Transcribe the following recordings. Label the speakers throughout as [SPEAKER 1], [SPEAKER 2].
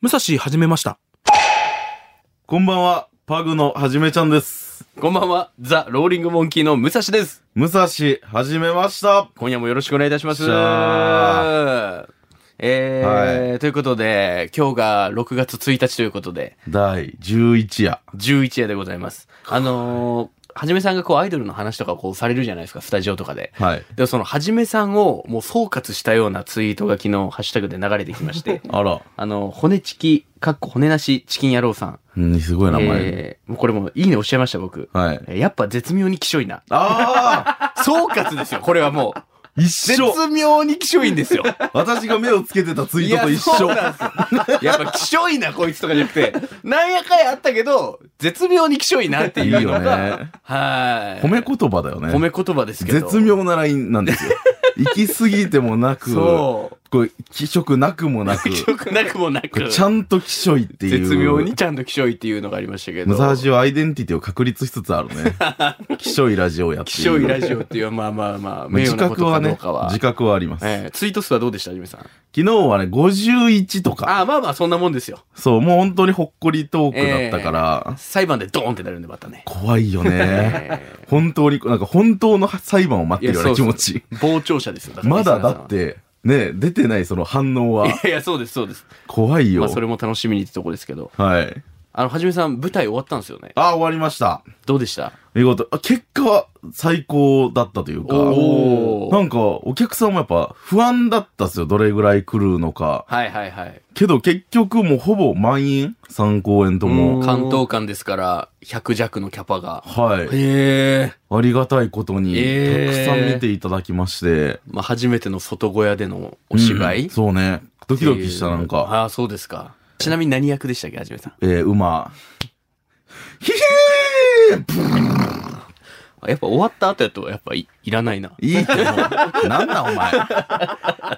[SPEAKER 1] 武蔵始めました。
[SPEAKER 2] こんばんは、パグのはじめちゃんです。
[SPEAKER 3] こんばんは、ザ・ローリング・モンキーの武蔵です。
[SPEAKER 2] 武蔵、はじめました。
[SPEAKER 3] 今夜もよろしくお願いいたします
[SPEAKER 2] しゃ。
[SPEAKER 3] えー
[SPEAKER 2] は
[SPEAKER 3] ということで、今日が6月1日ということで、
[SPEAKER 2] 第11夜。
[SPEAKER 3] 11夜でございます。あのー、はじめさんがこうアイドルの話とかこうされるじゃないですか、スタジオとかで。
[SPEAKER 2] はい。
[SPEAKER 3] でもそのはじめさんをもう総括したようなツイートが昨日ハッシュタグで流れてきまして、
[SPEAKER 2] あら、
[SPEAKER 3] あの、骨チキ、かっこ骨なしチキン野郎さん。
[SPEAKER 2] うん、すごい名前。
[SPEAKER 3] えーもうこれもういいねおっしゃいました、僕。
[SPEAKER 2] はい。
[SPEAKER 3] えーやっぱ絶妙にきしょいな。
[SPEAKER 2] ああ
[SPEAKER 3] 総括ですよ、これはもう。
[SPEAKER 2] 一
[SPEAKER 3] 絶
[SPEAKER 2] 緒
[SPEAKER 3] 妙にきしょいんですよ。
[SPEAKER 2] 私が目をつけてたツイートと一緒
[SPEAKER 3] いやそう。なんですよやっぱきしょいな、こいつとかじゃなくて、なんやかんやあったけど、絶妙にきしょいなって
[SPEAKER 2] いい
[SPEAKER 3] いうの
[SPEAKER 2] よ
[SPEAKER 3] が、
[SPEAKER 2] ね。
[SPEAKER 3] はい。
[SPEAKER 2] 褒め言葉だよね。
[SPEAKER 3] 褒め言葉ですけど。
[SPEAKER 2] 絶妙なラインなんですよ。行き過ぎてもなく、
[SPEAKER 3] そう。
[SPEAKER 2] こう、気色なくもなく、
[SPEAKER 3] きしょくなくもな
[SPEAKER 2] こ
[SPEAKER 3] く
[SPEAKER 2] う。ちゃんと気色いっていう。
[SPEAKER 3] 絶妙にちゃんときしょいっていうのがありましたけど。
[SPEAKER 2] 武蔵はアイデンティティを確立しつつあ るね。気性いラジオやっていう。
[SPEAKER 3] 気象いラジオっていう、まあまあまあ、名
[SPEAKER 2] 自
[SPEAKER 3] 誉なこ
[SPEAKER 2] 覚
[SPEAKER 3] とか
[SPEAKER 2] は
[SPEAKER 3] どう
[SPEAKER 2] ね
[SPEAKER 3] かは。、
[SPEAKER 2] 自覚はあります。
[SPEAKER 3] ええツイート数はどうでした、はじめさん。
[SPEAKER 2] 昨日はね、51とか。
[SPEAKER 3] ああ、まあまあ、そんなもんですよ。
[SPEAKER 2] そう、もう本当にほっこりトークだったから、
[SPEAKER 3] 裁判でドーンってなるんで、また ね。
[SPEAKER 2] 怖いよね。
[SPEAKER 3] ええ
[SPEAKER 2] 本当に、なんか本当の裁判を待ってるようない
[SPEAKER 3] や
[SPEAKER 2] 気
[SPEAKER 3] そうそ
[SPEAKER 2] 持
[SPEAKER 3] う
[SPEAKER 2] ち。
[SPEAKER 3] 傍聴者ですよ。から
[SPEAKER 2] まだだっ。て、ね、出てないその反応は
[SPEAKER 3] リスナーさんはいやいや、そうです、そうです。
[SPEAKER 2] 怖いよ。
[SPEAKER 3] まあ、それも楽しみにってとこですけど。
[SPEAKER 2] はい。
[SPEAKER 3] あの、はじめさん、舞台終わったんですよね。
[SPEAKER 2] あ、終わりました。
[SPEAKER 3] どうでした
[SPEAKER 2] 見事。あ結果は最高だったというか、
[SPEAKER 3] おー
[SPEAKER 2] なんかお客さんもやっぱ不安だったっすよ。どれぐらい来るのか。
[SPEAKER 3] はいはいはい。
[SPEAKER 2] けど結局もうほぼ満員 ?3 公演と
[SPEAKER 3] もう、
[SPEAKER 2] も。
[SPEAKER 3] 関東間ですから、100弱のキャパが。
[SPEAKER 2] はい。
[SPEAKER 3] へえ。
[SPEAKER 2] ありがたいことに、
[SPEAKER 3] えー
[SPEAKER 2] たくさん見ていただきまして。
[SPEAKER 3] まあ、初めての外小屋でのお芝居、
[SPEAKER 2] うんそうね。ドキドキしたなんか。
[SPEAKER 3] ああ、そうですか。ちなみに何役でしたっけ、はじめさん。
[SPEAKER 2] えー、馬。ひひーん
[SPEAKER 3] あやっぱ終わった後やと、やっぱいいらないな。
[SPEAKER 2] いいってもう。なんなんお前。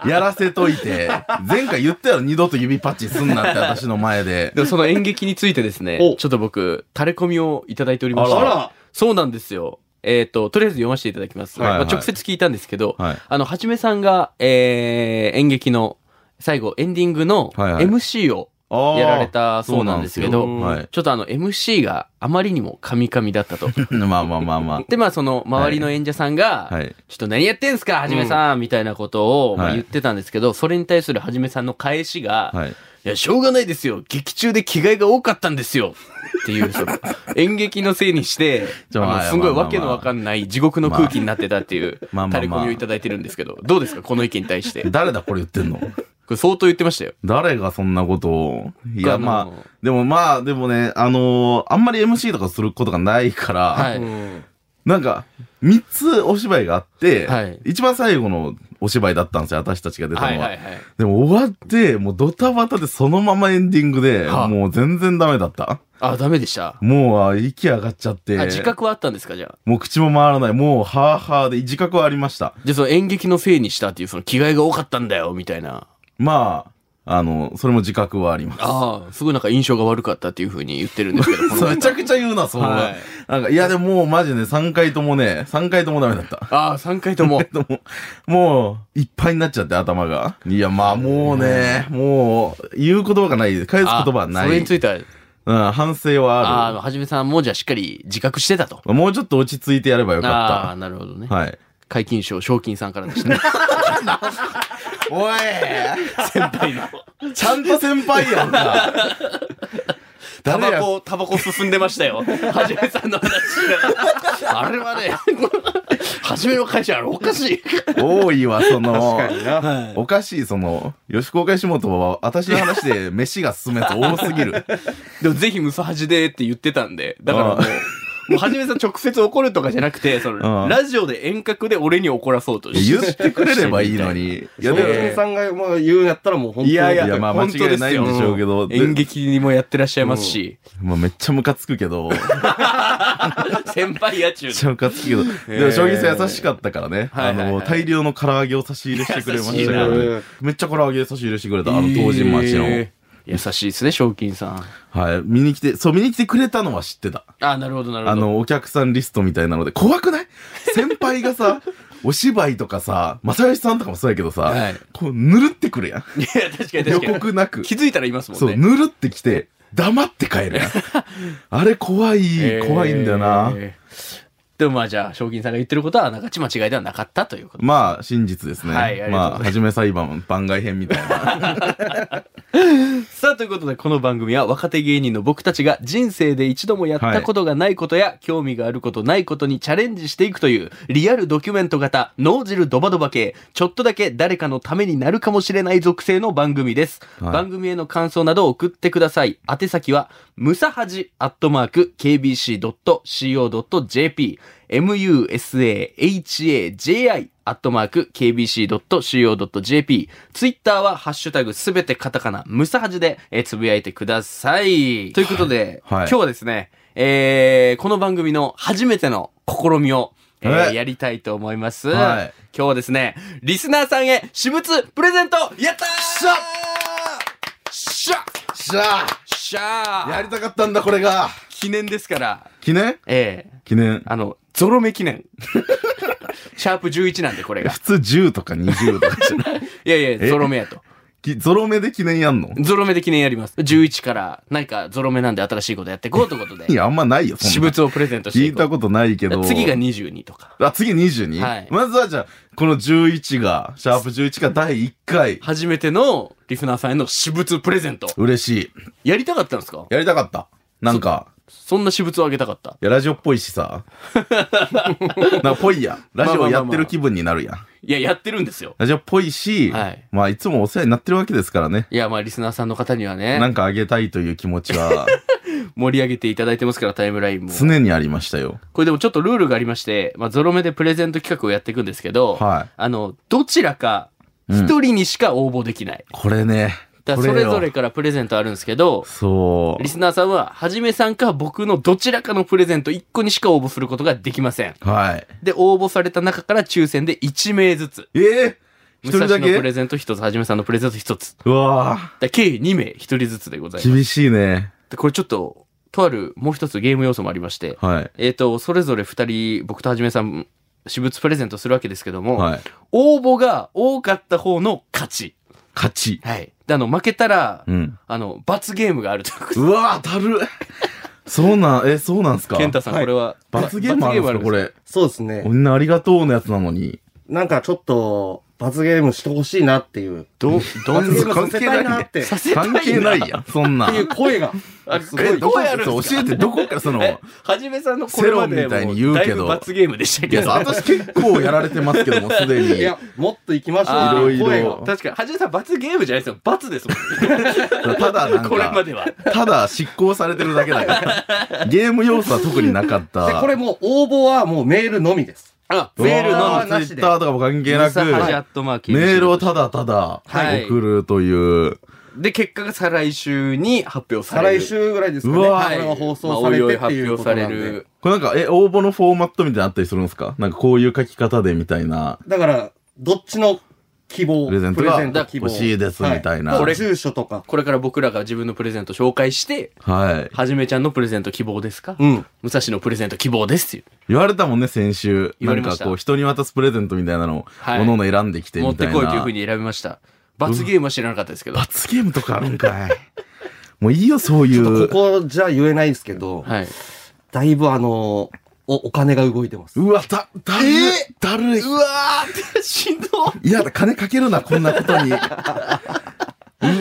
[SPEAKER 2] やらせといて。前回言ったやろ、二度と指パッチンすんなって私の前で。
[SPEAKER 3] でもその演劇についてです ね
[SPEAKER 1] お、
[SPEAKER 3] ちょっと僕、垂れ込みをいただいておりまして。
[SPEAKER 2] あらあ
[SPEAKER 3] そうなんですよ。えっ、と、とりあえず読ませていただきます。
[SPEAKER 2] はいはい
[SPEAKER 3] まあ、直接聞いたんですけど、
[SPEAKER 2] はい
[SPEAKER 3] あの、はじめさんが、えー、演劇の、最後、エンディングの
[SPEAKER 2] はいはい
[SPEAKER 3] MC をやられたそうなんですけど、
[SPEAKER 2] そうなんです
[SPEAKER 3] ちょっとあの、MC があまりにもカミカミだった と。
[SPEAKER 2] よはい。まあまあまあま
[SPEAKER 3] で、まあ、その、周りの演者さんが、
[SPEAKER 2] あ。はい。
[SPEAKER 3] ちょっと何やってんすかはじめさん、みたいなことを、ま
[SPEAKER 2] は
[SPEAKER 3] あ、
[SPEAKER 2] い
[SPEAKER 3] 言ってたんですけど、それに対するはじめさんの返しが、
[SPEAKER 2] はい。
[SPEAKER 3] いや、しょうがないですよ。劇中で着替えが多かったんですよ。っていう、その、演劇のせいにして、
[SPEAKER 2] じゃあまあ
[SPEAKER 3] あのすごい
[SPEAKER 2] まあまあ
[SPEAKER 3] わけのわかんない地獄の空気になってたって いう、
[SPEAKER 2] まあまあまあ
[SPEAKER 3] 垂れ込みをいただいてるんですけど、どうですかこの意見に対して。こ
[SPEAKER 2] 誰だこれ言ってんの
[SPEAKER 3] れ相当言ってましたよ。
[SPEAKER 2] 誰がそんなことを。いや、
[SPEAKER 3] あの
[SPEAKER 2] まあ、でもまあ、でもね、あのーあんまり MC とかすることがないから、
[SPEAKER 3] はい。
[SPEAKER 2] なんか、三つお芝居があって、
[SPEAKER 3] はい
[SPEAKER 2] 一番最後のお芝居だったんですよ、私たちが出たの
[SPEAKER 3] は
[SPEAKER 2] は。
[SPEAKER 3] いはいはい。
[SPEAKER 2] でも終わって、もうドタバタでそのままエンディングで、
[SPEAKER 3] はあ
[SPEAKER 2] もう全然ダメだった。
[SPEAKER 3] あ、ダメでした。
[SPEAKER 2] もうあ息上がっちゃって、
[SPEAKER 3] あ、自覚はあったんですかじゃあ。
[SPEAKER 2] もう口も回らない、もうハーハーで自覚はありました。
[SPEAKER 3] じゃあその演劇のせいにしたっていう、その着替えが多かったんだよ、みたいな。
[SPEAKER 2] まあ、あの、それも自覚はあります。
[SPEAKER 3] ああ、すごいなんか印象が悪かったっていうふうに言ってるんですけど。この
[SPEAKER 2] そうめちゃくちゃ言うな、そう
[SPEAKER 3] はい
[SPEAKER 2] なんか、いやでももうマジでね、3回ともね、3回ともダメだった。
[SPEAKER 3] ああ、3回と も。
[SPEAKER 2] でも、もう、いっぱいになっちゃって、頭が。いや、まあ、もうね、もう、言う言葉がない、返す言
[SPEAKER 3] あ
[SPEAKER 2] 葉はな
[SPEAKER 3] それ
[SPEAKER 2] い。
[SPEAKER 3] については、
[SPEAKER 2] うん、反省は
[SPEAKER 3] あ
[SPEAKER 2] あ
[SPEAKER 3] あ、はじめさんもじゃあしっかり自覚してたと。
[SPEAKER 2] る。もうちょっと落ち着いてやればよ
[SPEAKER 3] ああー、
[SPEAKER 2] か
[SPEAKER 3] なるほどね
[SPEAKER 2] っ。た。はい。
[SPEAKER 3] 解禁賞、賞金さんからで したね。
[SPEAKER 2] おい先輩の。ちゃんと先輩やんか。
[SPEAKER 3] タ
[SPEAKER 2] 誰
[SPEAKER 3] バ
[SPEAKER 2] や
[SPEAKER 3] コ、タバコ進んでました よ。はじめさんの話しながらあれはね、 はじめの会社、あれおかしい。
[SPEAKER 2] 多いわ、その。
[SPEAKER 3] はい
[SPEAKER 2] おかしい、その、吉高会下本は、私の話で飯が進むやつ多すぎる。
[SPEAKER 3] でもぜひムサハジでって言ってたんで、だからもう、もうはじめさん直接怒るとかじゃなくて、そ
[SPEAKER 2] ああ
[SPEAKER 3] の、ラジオで遠隔で俺に怒らそうと
[SPEAKER 2] 言ってくれればいいの。に。
[SPEAKER 1] いや、でも、
[SPEAKER 3] えー
[SPEAKER 1] ヒさんがもう言うんやったらもう本当に。
[SPEAKER 3] いやいや
[SPEAKER 2] いや、まあ間
[SPEAKER 3] 本当
[SPEAKER 2] 違
[SPEAKER 3] で
[SPEAKER 2] い
[SPEAKER 3] すよ
[SPEAKER 2] ないんでしょうけ ど、
[SPEAKER 3] 演劇にもやってらっしゃいます し、
[SPEAKER 2] まあめっちゃムカつく けど、めっ
[SPEAKER 3] 先輩や中
[SPEAKER 2] ちゃムカつくけど、でも将棋さん優しかったからね、
[SPEAKER 3] はい
[SPEAKER 2] あ
[SPEAKER 3] はいはい
[SPEAKER 2] の、大量の唐揚げを差し入れしてくれましたか
[SPEAKER 1] う
[SPEAKER 2] らね。
[SPEAKER 1] ん
[SPEAKER 2] めっちゃ唐揚げ差し入れしてくれた、あの当時町の
[SPEAKER 3] え。ー優しいですね、賞金さん。
[SPEAKER 2] はい、見に来て、そう見に来てくれたのは知ってた。
[SPEAKER 3] あ、なるほど、なるほど。
[SPEAKER 2] あの、お客さんリストみたいなので、怖くない先輩がさ、 お芝居とかさ、正義さんとかもそうやけどさ、
[SPEAKER 3] はい
[SPEAKER 2] こう、ぬるってくるやん。
[SPEAKER 3] いや、確かに
[SPEAKER 2] 予
[SPEAKER 3] 確かに。
[SPEAKER 2] 告なく。
[SPEAKER 3] 気づいたらいますもん
[SPEAKER 2] そう、
[SPEAKER 3] ね。
[SPEAKER 2] ぬるってきて、黙って帰る やん。あれ怖い、
[SPEAKER 3] えー
[SPEAKER 2] 怖いんだよな。
[SPEAKER 3] でもまあじゃあ、賞金さんが言ってることは、なんかち間違いではなかったということ。
[SPEAKER 2] まあ、真実ですね。
[SPEAKER 3] はいありがとうござい
[SPEAKER 2] ま
[SPEAKER 3] ます
[SPEAKER 2] あ、はじめ裁判番外編みたい な。
[SPEAKER 3] さあ、ということで、この番組は若手芸人の僕たちが人生で一度もやったことがないことや、興味があることないことにチャレンジしていくという、リアルドキュメント型、脳汁ドバドバ系、ちょっとだけ誰かのためになるかもしれない属性の番組です。
[SPEAKER 2] はい
[SPEAKER 3] 番組への感想などを送ってください。宛先は、ムサハジアットマーク、kbc.co.jp、musahaji アットマーク kbc.co.jp ツイッターはハッシュタグすべてカタカナムサハジでえーつぶやいてください。ということで、
[SPEAKER 2] はいはい
[SPEAKER 3] 今日はですね、えー、この番組の初めての試みを、えー
[SPEAKER 2] はい
[SPEAKER 3] やりたいと思います、
[SPEAKER 2] はい
[SPEAKER 3] 今日はですね、リスナーさんへ私物プレゼントやったー
[SPEAKER 2] しゃ
[SPEAKER 3] しゃ
[SPEAKER 2] しゃ
[SPEAKER 3] しゃ
[SPEAKER 2] あ
[SPEAKER 3] ー
[SPEAKER 2] やりたかったんだ、これが
[SPEAKER 3] 記念ですから、
[SPEAKER 2] 記念
[SPEAKER 3] ええ
[SPEAKER 2] 記念。
[SPEAKER 3] あの、ゾロ目記 念。シャープ11なんで、これが。
[SPEAKER 2] 普通10とか20とか じゃない
[SPEAKER 3] いやいや、ゾロ目やと。
[SPEAKER 2] きゾロ目で記念やんの
[SPEAKER 3] ゾロ目で記念やります。11から、なんかゾロ目なんで新しいことやっていこうということで
[SPEAKER 2] い、や、あんまないよ、そんな
[SPEAKER 3] 私物をプレゼントして
[SPEAKER 2] 聞
[SPEAKER 3] い
[SPEAKER 2] い
[SPEAKER 3] こ
[SPEAKER 2] た
[SPEAKER 3] う。
[SPEAKER 2] ことないけど。
[SPEAKER 3] 次が22とか。
[SPEAKER 2] あ、次 22?
[SPEAKER 3] はい
[SPEAKER 2] まずはじゃあ、この11が、シャープ11が第1回。
[SPEAKER 3] 初めてのリフナーさんへの私物プレゼント。
[SPEAKER 2] 嬉しい。
[SPEAKER 3] やりたかったんですか
[SPEAKER 2] やりたかった。なんか、
[SPEAKER 3] そんな私物をあげたかった。
[SPEAKER 2] いや、ラジオっぽいし さ。なんかぽいやん。ラジオやってる気分になるやん。
[SPEAKER 3] いや、やってるんですよ。
[SPEAKER 2] ラジオっぽいし、
[SPEAKER 3] はい
[SPEAKER 2] まあ、いつもお世話になってるわけですからね。
[SPEAKER 3] いや、まあ、リスナーさんの方には
[SPEAKER 2] な
[SPEAKER 3] ね、
[SPEAKER 2] んかあげたいという気持ち は
[SPEAKER 3] 盛り上げていただいてますから、タイムラインも。
[SPEAKER 2] 常にありましたよ。
[SPEAKER 3] これでもちょっとルールがありまして、まあ、ゾロ目でプレゼント企画をやっていくんですけど、
[SPEAKER 2] はい
[SPEAKER 3] あの、どちらか、一人にしか応募できない。
[SPEAKER 2] これね。
[SPEAKER 3] だか
[SPEAKER 2] こ
[SPEAKER 3] らそれぞ
[SPEAKER 2] よ
[SPEAKER 3] れ。からプレゼントあるんですけど、
[SPEAKER 2] そ
[SPEAKER 3] リスナーさんは、はじめさんか僕のどちらかのプレゼント1個にしか応募することができません。
[SPEAKER 2] う。はい。
[SPEAKER 3] で、応募された中から抽選で1名ずつ。
[SPEAKER 2] ええ一
[SPEAKER 3] 武蔵
[SPEAKER 2] 人だ
[SPEAKER 3] のプ
[SPEAKER 2] け
[SPEAKER 3] レゼント1つ、はじめさんのプレゼント1つ。
[SPEAKER 2] うわぁ。
[SPEAKER 3] だ計2名、1人ずつでございます。
[SPEAKER 2] 厳しいね。
[SPEAKER 3] で、これちょっと、とあるもう一つゲーム要素もありまして、
[SPEAKER 2] はい。
[SPEAKER 3] えっ、と、それぞれ2人、僕とはじめさん、私物プレゼントするわけですけども、
[SPEAKER 2] はい。
[SPEAKER 3] 応募が多かった方の勝ち。
[SPEAKER 2] 勝ち。
[SPEAKER 3] はい。で、あの、負けたら、
[SPEAKER 2] うん。
[SPEAKER 3] あの、罰ゲームがあるということで
[SPEAKER 2] うわぁ、だるっそうなん、え、そうなんすか
[SPEAKER 3] 健太さん、
[SPEAKER 1] はい
[SPEAKER 3] これは、
[SPEAKER 2] 罰ゲームあるんですかこれ。
[SPEAKER 1] そうですね
[SPEAKER 2] み。んなありがとうのやつなのに。
[SPEAKER 1] なんかちょっと、罰ゲームしてほしいなっていう。
[SPEAKER 3] ど、ど
[SPEAKER 1] 罰
[SPEAKER 3] ん
[SPEAKER 1] ゲ
[SPEAKER 3] な
[SPEAKER 1] ームさせたいなって。
[SPEAKER 3] さ
[SPEAKER 1] っ
[SPEAKER 3] せたい
[SPEAKER 2] 関係ないやん、そんな
[SPEAKER 1] て
[SPEAKER 2] ん。
[SPEAKER 1] いう 声が。
[SPEAKER 3] あ
[SPEAKER 1] すご
[SPEAKER 2] え、
[SPEAKER 1] い。
[SPEAKER 2] どこ
[SPEAKER 3] やるんです
[SPEAKER 2] そう
[SPEAKER 3] か
[SPEAKER 2] 教えて、どこからその、
[SPEAKER 3] え
[SPEAKER 2] い
[SPEAKER 3] はじめさんのこれまでも
[SPEAKER 2] セロンみたいに言うけ
[SPEAKER 3] だい
[SPEAKER 2] ど
[SPEAKER 3] ぶ罰ゲームでしたけ
[SPEAKER 2] や、
[SPEAKER 3] ど。
[SPEAKER 2] 私結構やられてますけども、すでに。
[SPEAKER 1] いや、もっと行きましょ
[SPEAKER 3] あー
[SPEAKER 1] うっていう声
[SPEAKER 2] いろい
[SPEAKER 1] が
[SPEAKER 2] ろ。
[SPEAKER 3] 確かに、はじめさん罰ゲームじゃないですよ。罰ですもんね。
[SPEAKER 2] ただなん
[SPEAKER 3] これま
[SPEAKER 2] か、
[SPEAKER 3] では。
[SPEAKER 2] ただ執行されてるだけ だから。ゲーム要素は特になかった。
[SPEAKER 1] で、これもう応募はもうメールのみです。
[SPEAKER 3] あ、
[SPEAKER 2] うわー、
[SPEAKER 3] メールの
[SPEAKER 1] あ
[SPEAKER 3] み。
[SPEAKER 1] なし
[SPEAKER 2] ツイ
[SPEAKER 1] で
[SPEAKER 2] ッターとかも関係な
[SPEAKER 3] ムサハジ
[SPEAKER 2] く、
[SPEAKER 3] アットマーク
[SPEAKER 2] メールをただただ
[SPEAKER 3] はい
[SPEAKER 2] 送るという。
[SPEAKER 3] で、結果が再来週に発表さ
[SPEAKER 1] 再
[SPEAKER 3] れる。
[SPEAKER 1] 来週ぐらいですか
[SPEAKER 2] う
[SPEAKER 1] ね。
[SPEAKER 2] わ
[SPEAKER 1] これが放送され
[SPEAKER 3] まあおいお
[SPEAKER 1] て
[SPEAKER 3] い
[SPEAKER 1] って
[SPEAKER 3] 発
[SPEAKER 1] いうこ
[SPEAKER 3] 表
[SPEAKER 1] と
[SPEAKER 3] さ
[SPEAKER 1] な
[SPEAKER 3] れ
[SPEAKER 1] んで
[SPEAKER 3] る。。
[SPEAKER 2] これなんか、え、応募のフォーマットみたいなのあったりするんですかなんかこういう書き方でみたいな。
[SPEAKER 1] だから、どっちの希望
[SPEAKER 2] プレゼントが
[SPEAKER 1] 希望
[SPEAKER 2] 欲しいですみたいな
[SPEAKER 1] は
[SPEAKER 3] これ
[SPEAKER 1] 住所とか。
[SPEAKER 3] これから僕らが自分のプレゼント紹介して、
[SPEAKER 2] はい。
[SPEAKER 3] はじめちゃんのプレゼント希望ですか、
[SPEAKER 1] うん。
[SPEAKER 3] 武蔵のプレゼント希望ですっていう。
[SPEAKER 2] 言われたもんね、先週。
[SPEAKER 3] 言
[SPEAKER 2] な
[SPEAKER 3] われ
[SPEAKER 2] ん
[SPEAKER 3] ま
[SPEAKER 2] か
[SPEAKER 3] した
[SPEAKER 2] こう、人に渡すプレゼントみたいなのを、
[SPEAKER 3] はい
[SPEAKER 2] おのおの選んできて
[SPEAKER 3] 持
[SPEAKER 2] み
[SPEAKER 3] った
[SPEAKER 2] い
[SPEAKER 3] て
[SPEAKER 2] な。
[SPEAKER 3] こいというふうに選びました。罰ゲームは知らなかったですけど。
[SPEAKER 2] 罰ゲームとかあるんかい。もういいよ、そうい
[SPEAKER 1] ちょっ
[SPEAKER 2] う。
[SPEAKER 1] とここじゃ言えないですけど、
[SPEAKER 3] はい。
[SPEAKER 1] だいぶあの、お、お金が動いてます。
[SPEAKER 2] うわ、だ、だるい、だるい。
[SPEAKER 3] うわー、しんど
[SPEAKER 2] いやだ、金かけるな、こんなことに。う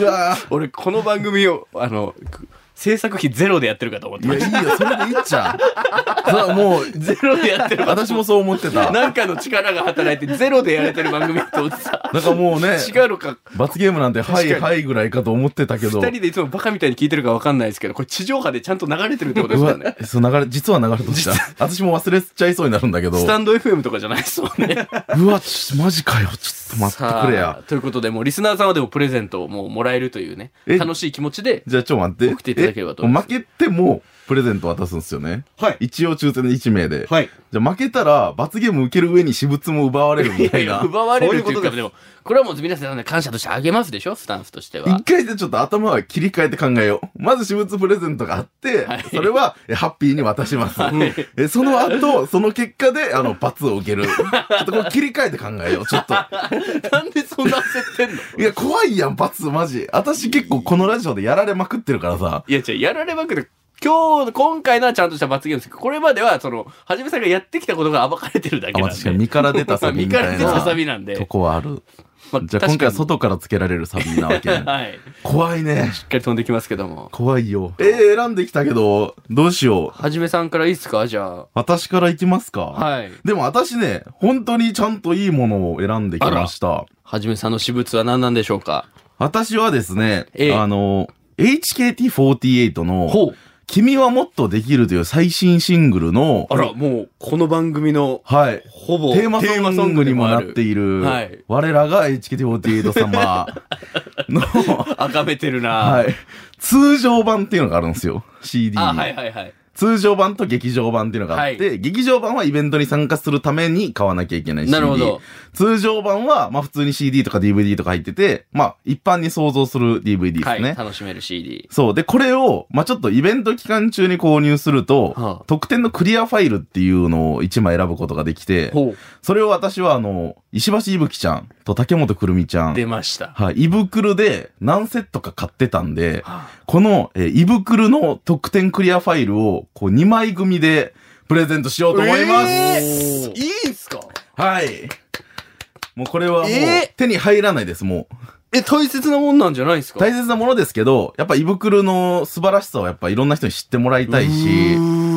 [SPEAKER 2] わ
[SPEAKER 3] 俺、この番組を、あの、く制作費ゼロでやってるかと思っ
[SPEAKER 2] い
[SPEAKER 3] て
[SPEAKER 2] や、
[SPEAKER 3] ま
[SPEAKER 2] いい
[SPEAKER 3] した。
[SPEAKER 2] よ、それでいいっちゃう。それはもう、
[SPEAKER 3] ゼロで やってる
[SPEAKER 2] 私もそう思ってた。
[SPEAKER 3] なんかの力が働いてゼロでやれてる番組だと思ってた。
[SPEAKER 2] なんかもうね、
[SPEAKER 3] 違うのか。
[SPEAKER 2] 罰ゲームなんて、は
[SPEAKER 3] 確
[SPEAKER 2] い、
[SPEAKER 3] かに
[SPEAKER 2] はいぐらいかと思ってたけ
[SPEAKER 3] 二
[SPEAKER 2] ど。
[SPEAKER 3] 人でいつもバカみたいに聞いてるかわかんないですけど、これ地上波でちゃんと流れてるってことで
[SPEAKER 2] う
[SPEAKER 3] す
[SPEAKER 2] わ
[SPEAKER 3] よね。、
[SPEAKER 2] そう流れ、実は流れとした。私も忘れちゃいそうになるんだけど。
[SPEAKER 3] スタンド FM とかじゃないですもんね。
[SPEAKER 2] うわ、ちマジかよ。ちょっと待ってく
[SPEAKER 3] さ
[SPEAKER 2] れや
[SPEAKER 3] あ。。ということで、もうリスナーさんはでもプレゼントをもうもらえるというね、
[SPEAKER 2] え
[SPEAKER 3] 楽しい気持ちで、
[SPEAKER 2] じゃあ、ちょ、待って。
[SPEAKER 3] 送っていただければと
[SPEAKER 2] え
[SPEAKER 3] 思いま
[SPEAKER 2] 負けても、プレゼント渡すんですよね。
[SPEAKER 1] はい。
[SPEAKER 2] 一応抽選で1名で。
[SPEAKER 1] はい。
[SPEAKER 2] じゃあ負けたら罰ゲーム受ける上に私物も奪われるみたいな。
[SPEAKER 3] 奪われるとい
[SPEAKER 1] そうういう
[SPEAKER 3] か
[SPEAKER 1] ことです
[SPEAKER 3] でもこれはもう皆さんの感謝としてあげますでしょスタンスとしては
[SPEAKER 2] 一回でちょっと頭は切り替えて考えよう。まず私物プレゼントがあって、それはえハッピーに渡します。えその後、その結果で、あの、罰を受ける。ちょっとこれ切り替えて考えよう、ちょっと。
[SPEAKER 3] なんでそんな焦ってん の
[SPEAKER 2] いや、怖いやん、罰、マジ。私結構このラジオでやられまくってるからさ。
[SPEAKER 3] いや違うやられまくる今日今回のはちゃんとした罰ゲームですけどこれまではそのはじめさんがやってきたことが暴かれてるだけ
[SPEAKER 2] あ、
[SPEAKER 3] な
[SPEAKER 2] ま
[SPEAKER 3] ん
[SPEAKER 2] あ
[SPEAKER 3] で
[SPEAKER 2] 確かに身から出たサビみたい
[SPEAKER 3] まあ身から出たサ
[SPEAKER 2] な
[SPEAKER 3] ビなんで
[SPEAKER 2] とこはある。
[SPEAKER 3] まあ
[SPEAKER 2] じゃあ今回は
[SPEAKER 3] 確
[SPEAKER 2] 外からつけられるサビなわけね、
[SPEAKER 3] かに はいし
[SPEAKER 2] 怖いね。
[SPEAKER 3] っかり飛んできますけども
[SPEAKER 2] 怖いよ。えー、選んできたけど、どうしよう。
[SPEAKER 3] はじめさんからいいですかじゃ
[SPEAKER 2] 私から行きますか
[SPEAKER 3] あはい
[SPEAKER 2] でも私ね、本当にちゃんといいものを選んできました。
[SPEAKER 3] はじめさんの私物は何なんでしょうか
[SPEAKER 2] 私はですね、
[SPEAKER 3] ええ
[SPEAKER 2] あの、HKT48 の、
[SPEAKER 3] ほう
[SPEAKER 2] 君はもっとできるという最新シングルの
[SPEAKER 3] あ、らもうこの番組の
[SPEAKER 2] はい、
[SPEAKER 3] ほぼ
[SPEAKER 2] テーマソングにもなっている、
[SPEAKER 3] はい
[SPEAKER 2] 我らが HKT48 様 の、
[SPEAKER 3] あがめてるな、
[SPEAKER 2] はい、通常版っていうのがあるんですよ、CD に。
[SPEAKER 3] あはいはいはい
[SPEAKER 2] 通常版と劇場版っていうのがあって、
[SPEAKER 3] は
[SPEAKER 2] 劇場版はイベントに参加するために買わなきゃいけない CD。
[SPEAKER 3] なるほど
[SPEAKER 2] 通常版は、まあ普通に CD とか DVD とか入ってて、まあ一般に想像する DVD で
[SPEAKER 3] は
[SPEAKER 2] す
[SPEAKER 3] い
[SPEAKER 2] ね。
[SPEAKER 3] 楽しめる CD
[SPEAKER 2] そう。で、これを、まあちょっとイベント期間中に購入すると、
[SPEAKER 3] はあ
[SPEAKER 2] 特典のクリアファイルっていうのを1枚選ぶことができて、
[SPEAKER 3] ほ
[SPEAKER 2] それを私はあの、石橋いぶきちゃんと竹本くるみちゃ
[SPEAKER 3] う出
[SPEAKER 2] ん、
[SPEAKER 3] ました
[SPEAKER 2] はい、胃袋で何セットか買ってたんで、
[SPEAKER 3] は
[SPEAKER 2] この、えー、胃袋の特典クリアファイルを、こう、2枚組でプレゼントしようと思います。
[SPEAKER 3] え
[SPEAKER 1] お
[SPEAKER 3] い
[SPEAKER 1] ー
[SPEAKER 3] いんすか
[SPEAKER 2] はい。もうこれはもう、
[SPEAKER 3] え
[SPEAKER 2] 手に入らないです、も
[SPEAKER 3] え大切なもんなんじゃないです
[SPEAKER 2] う。
[SPEAKER 3] か
[SPEAKER 2] 大切なものですけど、やっぱ胃袋の素晴らしさをやっぱいろんな人に知ってもらいたいし、
[SPEAKER 3] う